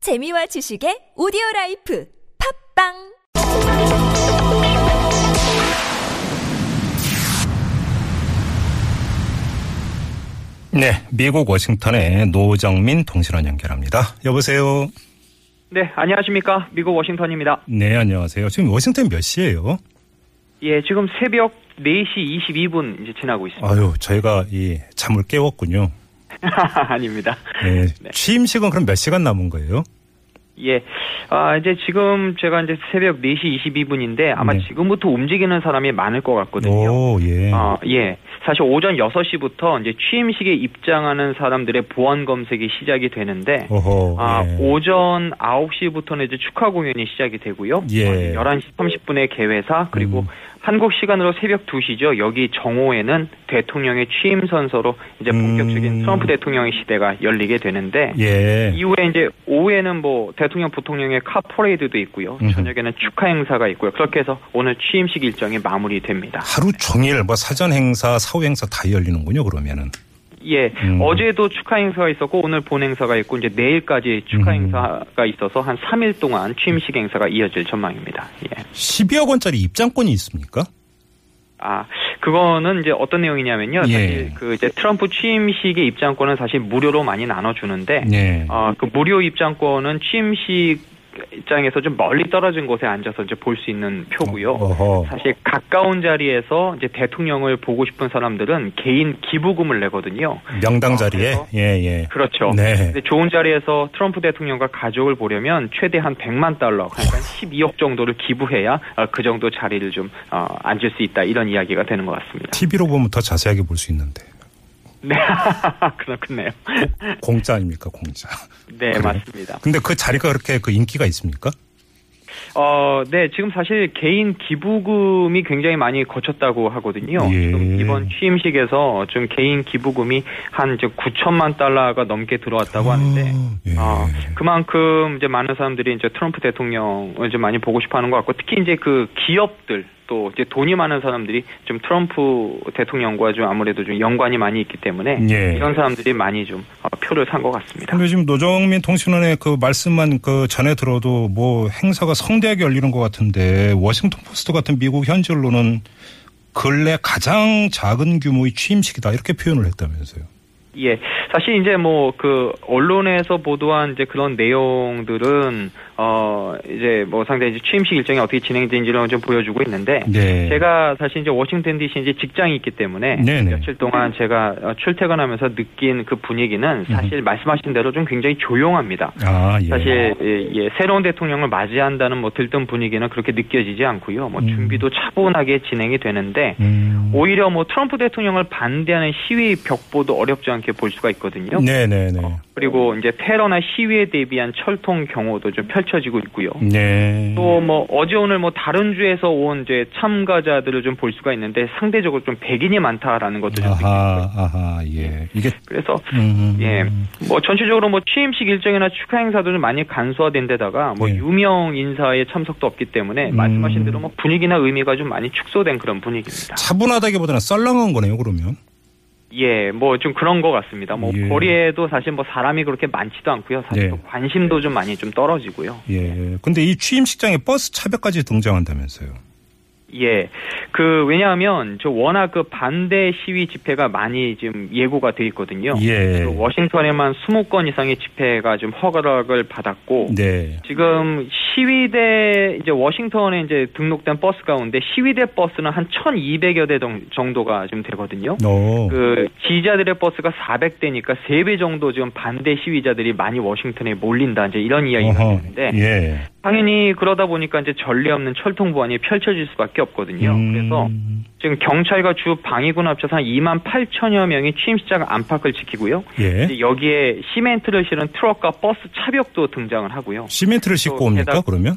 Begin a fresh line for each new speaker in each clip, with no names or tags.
재미와 지식의 오디오 라이프 팝빵
네, 미국 워싱턴의 노정민 통신원 연결합니다. 여보세요.
네, 안녕하십니까. 미국 워싱턴입니다.
네, 안녕하세요. 지금 워싱턴 몇 시예요?
예, 지금 새벽 4시 22분 이제 지나고 있습니다.
아유, 저희가 이 잠을 깨웠군요.
아닙니다.
네, 취임식은 그럼 몇 시간 남은 거예요?
예. 아, 이제 지금 제가 이제 새벽 4시 22분인데 아마
네.
지금부터 움직이는 사람이 많을 것 같거든요.
오, 예.
아, 예. 사실 오전 6시부터 이제 취임식에 입장하는 사람들의 보안 검색이 시작이 되는데
어허.
아,
예.
오전 9시부터는 이제 축하 공연이 시작이 되고요.
예. 음.
11시 30분에 개회사 그리고 한국 시간으로 새벽 2시죠. 여기 정오에는 대통령의 취임 선서로 이제 본격적인
음.
트럼프 대통령의 시대가 열리게 되는데
예.
이후에 이제 오후에는 뭐 대통령 부통령의 카 퍼레이드도 있고요.
음흠.
저녁에는 축하 행사가 있고요. 그렇게 해서 오늘 취임식 일정이 마무리됩니다.
하루 종일 뭐 사전 행사, 사후 행사 다 열리는군요, 그러면은.
예,
음.
어제도 축하 행사가 있었고 오늘 본 행사가 있고 이제 내일까지 축하
음.
행사가 있어서 한 3일 동안 취임식 행사가 이어질 전망입니다. 예.
12억 원짜리 입장권이 있습니까?
아, 그거는 이제 어떤 내용이냐면요.
예.
사실 그 이제 트럼프 취임식의 입장권은 사실 무료로 많이 나눠주는데,
네.
어, 그 무료 입장권은 취임식 입장에서 좀 멀리 떨어진 곳에 앉아서 이제 볼 수 있는 표고요.
어허.
사실 가까운 자리에서 이제 대통령을 보고 싶은 사람들은 개인 기부금을 내거든요.
명당 자리에.
그래서?
예, 예.
그렇죠.
네.
근데 좋은 자리에서 트럼프 대통령과 가족을 보려면 최대한 100만 달러, 그러니까 12억 정도를 기부해야 어, 그 정도 자리를 좀 어, 앉을 수 있다 이런 이야기가 되는 것 같습니다.
TV로 보면 더 자세하게 볼 수 있는데.
네, 그렇겠네요.
공짜 아닙니까, 공짜.
네, 맞습니다.
근데 그 자리가 그렇게 그 인기가 있습니까?
어, 네, 지금 사실 개인 기부금이 굉장히 많이 거쳤다고 하거든요.
예.
좀 이번 취임식에서 좀 개인 기부금이 한 이제 9천만 달러가 넘게 들어왔다고 하는데,
아, 예.
어, 그만큼 이제 많은 사람들이 이제 트럼프 대통령을 좀 많이 보고 싶어 하는 것 같고, 특히 이제 그 기업들, 또 이제 돈이 많은 사람들이 좀 트럼프 대통령과 좀 아무래도 좀 연관이 많이 있기 때문에
예.
이런 사람들이 많이 좀 어, 표를 산 것 같습니다.
근데 지금 노정민 통신원의 그 말씀만 그 전에 들어도 뭐 행사가 성대하게 열리는 것 같은데 워싱턴 포스트 같은 미국 현지 언론은 근래 가장 작은 규모의 취임식이다 이렇게 표현을 했다면서요.
예. 사실 이제 뭐 그 언론에서 보도한 이제 그런 내용들은 어 이제 뭐 상당히 이제 취임식 일정이 어떻게 진행되는지를 좀 보여주고 있는데
네.
제가 사실 이제 워싱턴 DC 이제 직장이 있기 때문에
네네.
며칠 동안 제가 어, 출퇴근하면서 느낀 그 분위기는 사실 말씀하신 대로 좀 굉장히 조용합니다.
아, 음. 예.
사실 예, 예, 새로운 대통령을 맞이한다는 뭐 들뜬 분위기는 그렇게 느껴지지 않고요. 뭐
음.
준비도 차분하게 진행이 되는데
음.
오히려 뭐 트럼프 대통령을 반대하는 시위 벽보도 어렵지 않게 볼 수가 있거든요.
네네네.
어. 그리고 이제 테러나 시위에 대비한 철통 경호도 좀 펼쳐지고 있고요.
네.
또 뭐 어제 오늘 뭐 다른 주에서 온 이제 참가자들을 좀 볼 수가 있는데 상대적으로 좀 백인이 많다라는 것도 좀 느껴요.
아하, 아하, 예. 이게,
그래서
음.
예. 뭐 전체적으로 뭐 취임식 일정이나 축하 행사도 좀 많이 간소화된 데다가 뭐
네.
유명 인사의 참석도 없기 때문에
음.
말씀하신 대로 뭐 분위기나 의미가 좀 많이 축소된 그런 분위기입니다.
차분하다기보다는 썰렁한 거네요, 그러면.
예, 뭐 좀 그런 것 같습니다. 뭐
예.
거리에도 사실 뭐 사람이 그렇게 많지도 않고요. 사실
네.
또 관심도 좀 많이 좀 떨어지고요.
예. 근데 이 취임식장에 버스 차벽까지 등장한다면서요.
예, 그 왜냐하면 저 워낙 그 반대 시위 집회가 많이 지금 예고가 돼 있거든요.
예.
그 워싱턴에만 20건 이상의 집회가 좀 허가를 받았고
네.
지금 시위대 이제 워싱턴에 이제 등록된 버스 가운데 시위대 버스는 한 1,200여 대 정- 정도가 좀 되거든요.
어.
그 지지자들의 버스가 400대니까 3배 정도 지금 반대 시위자들이 많이 워싱턴에 몰린다 이제 이런 이야기가
어허.
있는데
예.
당연히 그러다 보니까 이제 전례 없는 철통 보안이 펼쳐질 수밖에 없거든요.
음.
예. 그래서 지금 경찰과 주 방위군 합쳐서 한 2만 8천여 명이 취임식장 안팎을 지키고요.
예.
이제 여기에 시멘트를 실은 트럭과 버스 차벽도 등장을 하고요.
시멘트를 싣고
또
옵니까
게다가-
그러면?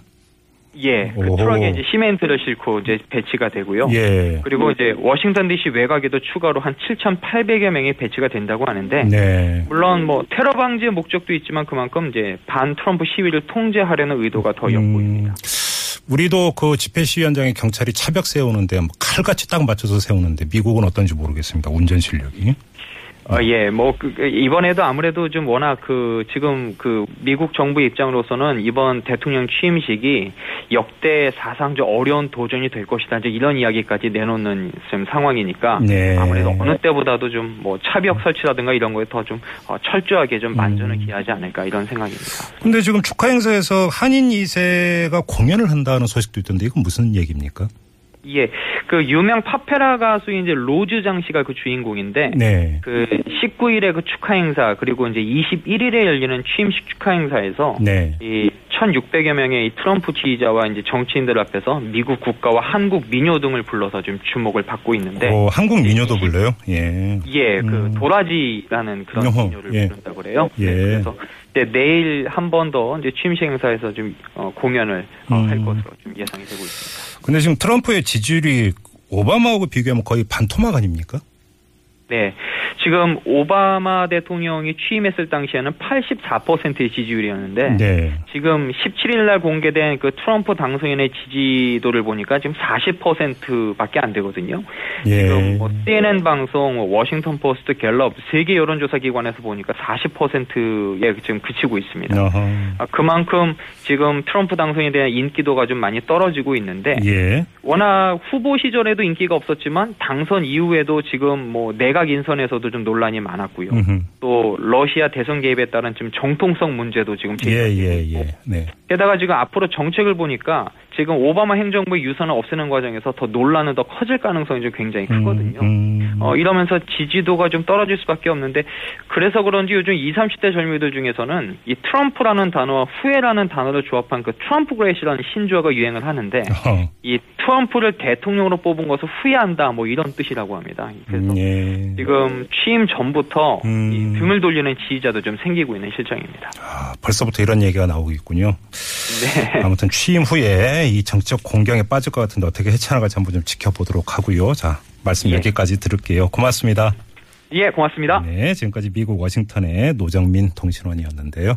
예, 그
오호.
트럭에 이제 시멘트를 싣고 이제 배치가 되고요.
예.
그리고 이제 워싱턴 DC 외곽에도 추가로 한 7,800여 명이 배치가 된다고 하는데
네.
물론 뭐 테러 방지의 목적도 있지만 그만큼 이제 반 트럼프 시위를 통제하려는 의도가 더 엿보입니다.
음. 우리도 그 집회 시위 현장에 경찰이 차벽 세우는데 뭐 칼같이 딱 맞춰서 세우는데 미국은 어떤지 모르겠습니다. 운전 실력이.
어, 예, 뭐, 그, 그, 이번에도 아무래도 좀 워낙 그, 지금 그, 미국 정부 입장으로서는 이번 대통령 취임식이 역대 사상 좀 어려운 도전이 될 것이다. 이제 이런 이야기까지 내놓는 지금 상황이니까.
네.
아무래도 어느 때보다도 좀 뭐 차벽 설치라든가 이런 거에 더 좀 어, 철저하게 좀
음.
만전을 기하지 않을까 이런 생각입니다.
근데 지금 축하 행사에서 한인 2세가 공연을 한다는 소식도 있던데 이건 무슨 얘기입니까?
예. 그 유명 파페라 가수인 이제 로즈 장 씨가 그 주인공인데
네.
그 19일에 그 축하 행사 그리고 이제 21일에 열리는 취임식 축하 행사에서
네.
이 1,600여 명의 이 트럼프 지지자와 이제 정치인들 앞에서 미국 국가와 한국 민요 등을 불러서 좀 주목을 받고 있는데
어, 한국 민요도 불러요? 예.
예, 그
음.
도라지라는 그런
어허,
민요를
예.
부른다 고 그래요.
예.
네, 그래서 이제 내일 한 번 더 이제 취임식 행사에서 좀 어, 공연을 어, 할
음.
것으로 좀 예상이 되고 있습니다.
근데 지금 트럼프의 지지율이 오바마하고 비교하면 거의 반토막 아닙니까?
네, 지금 오바마 대통령이 취임했을 당시에는 84%의 지지율이었는데
네.
지금 17일 날 공개된 그 트럼프 당선인의 지지도를 보니까 지금 40%밖에 안 되거든요.
예.
지금 뭐 CNN 방송, 뭐 워싱턴 포스트, 갤럽 세계 여론조사 기관에서 보니까 40%에 지금 그치고 있습니다.
어허.
아, 그만큼 지금 트럼프 당선에 대한 인기도가 좀 많이 떨어지고 있는데
예.
워낙 후보 시절에도 인기가 없었지만 당선 이후에도 지금 뭐 내각 인선에서도 좀 논란이 많았고요.
음흠.
또 러시아 대선 개입에 따른 좀 정통성 문제도 지금 뭐
예,
제기되고
예,
있고
예. 네.
게다가 지금 앞으로 정책을 보니까 지금 오바마 행정부의 유산을 없애는 과정에서 더 논란은 더 커질 가능성이 좀 굉장히 크거든요.
음, 음.
어, 이러면서 지지도가 좀 떨어질 수밖에 없는데 그래서 그런지 요즘 20, 30대 젊이들 중에서는 이 트럼프라는 단어와 후회라는 단어를 조합한 그 트럼프 그레이시라는 신조어가 유행을 하는데
어허.
이 트럼프를 대통령으로 뽑은 것을 후회한다 뭐 이런 뜻이라고 합니다. 그래서
음, 예.
지금 취임 전부터
음.
이 등을 돌리는 지지자도 좀 생기고 있는 실정입니다.
아, 벌써부터 이런 얘기가 나오고 있군요.
네.
아무튼 취임 후에 이 정치적 공경에 빠질 것 같은데 어떻게 헤쳐나갈지 한번 좀 지켜보도록 하고요. 자, 말씀
예.
여기까지 들을게요. 고맙습니다.
예, 고맙습니다.
네, 지금까지 미국 워싱턴의 노정민 통신원이었는데요.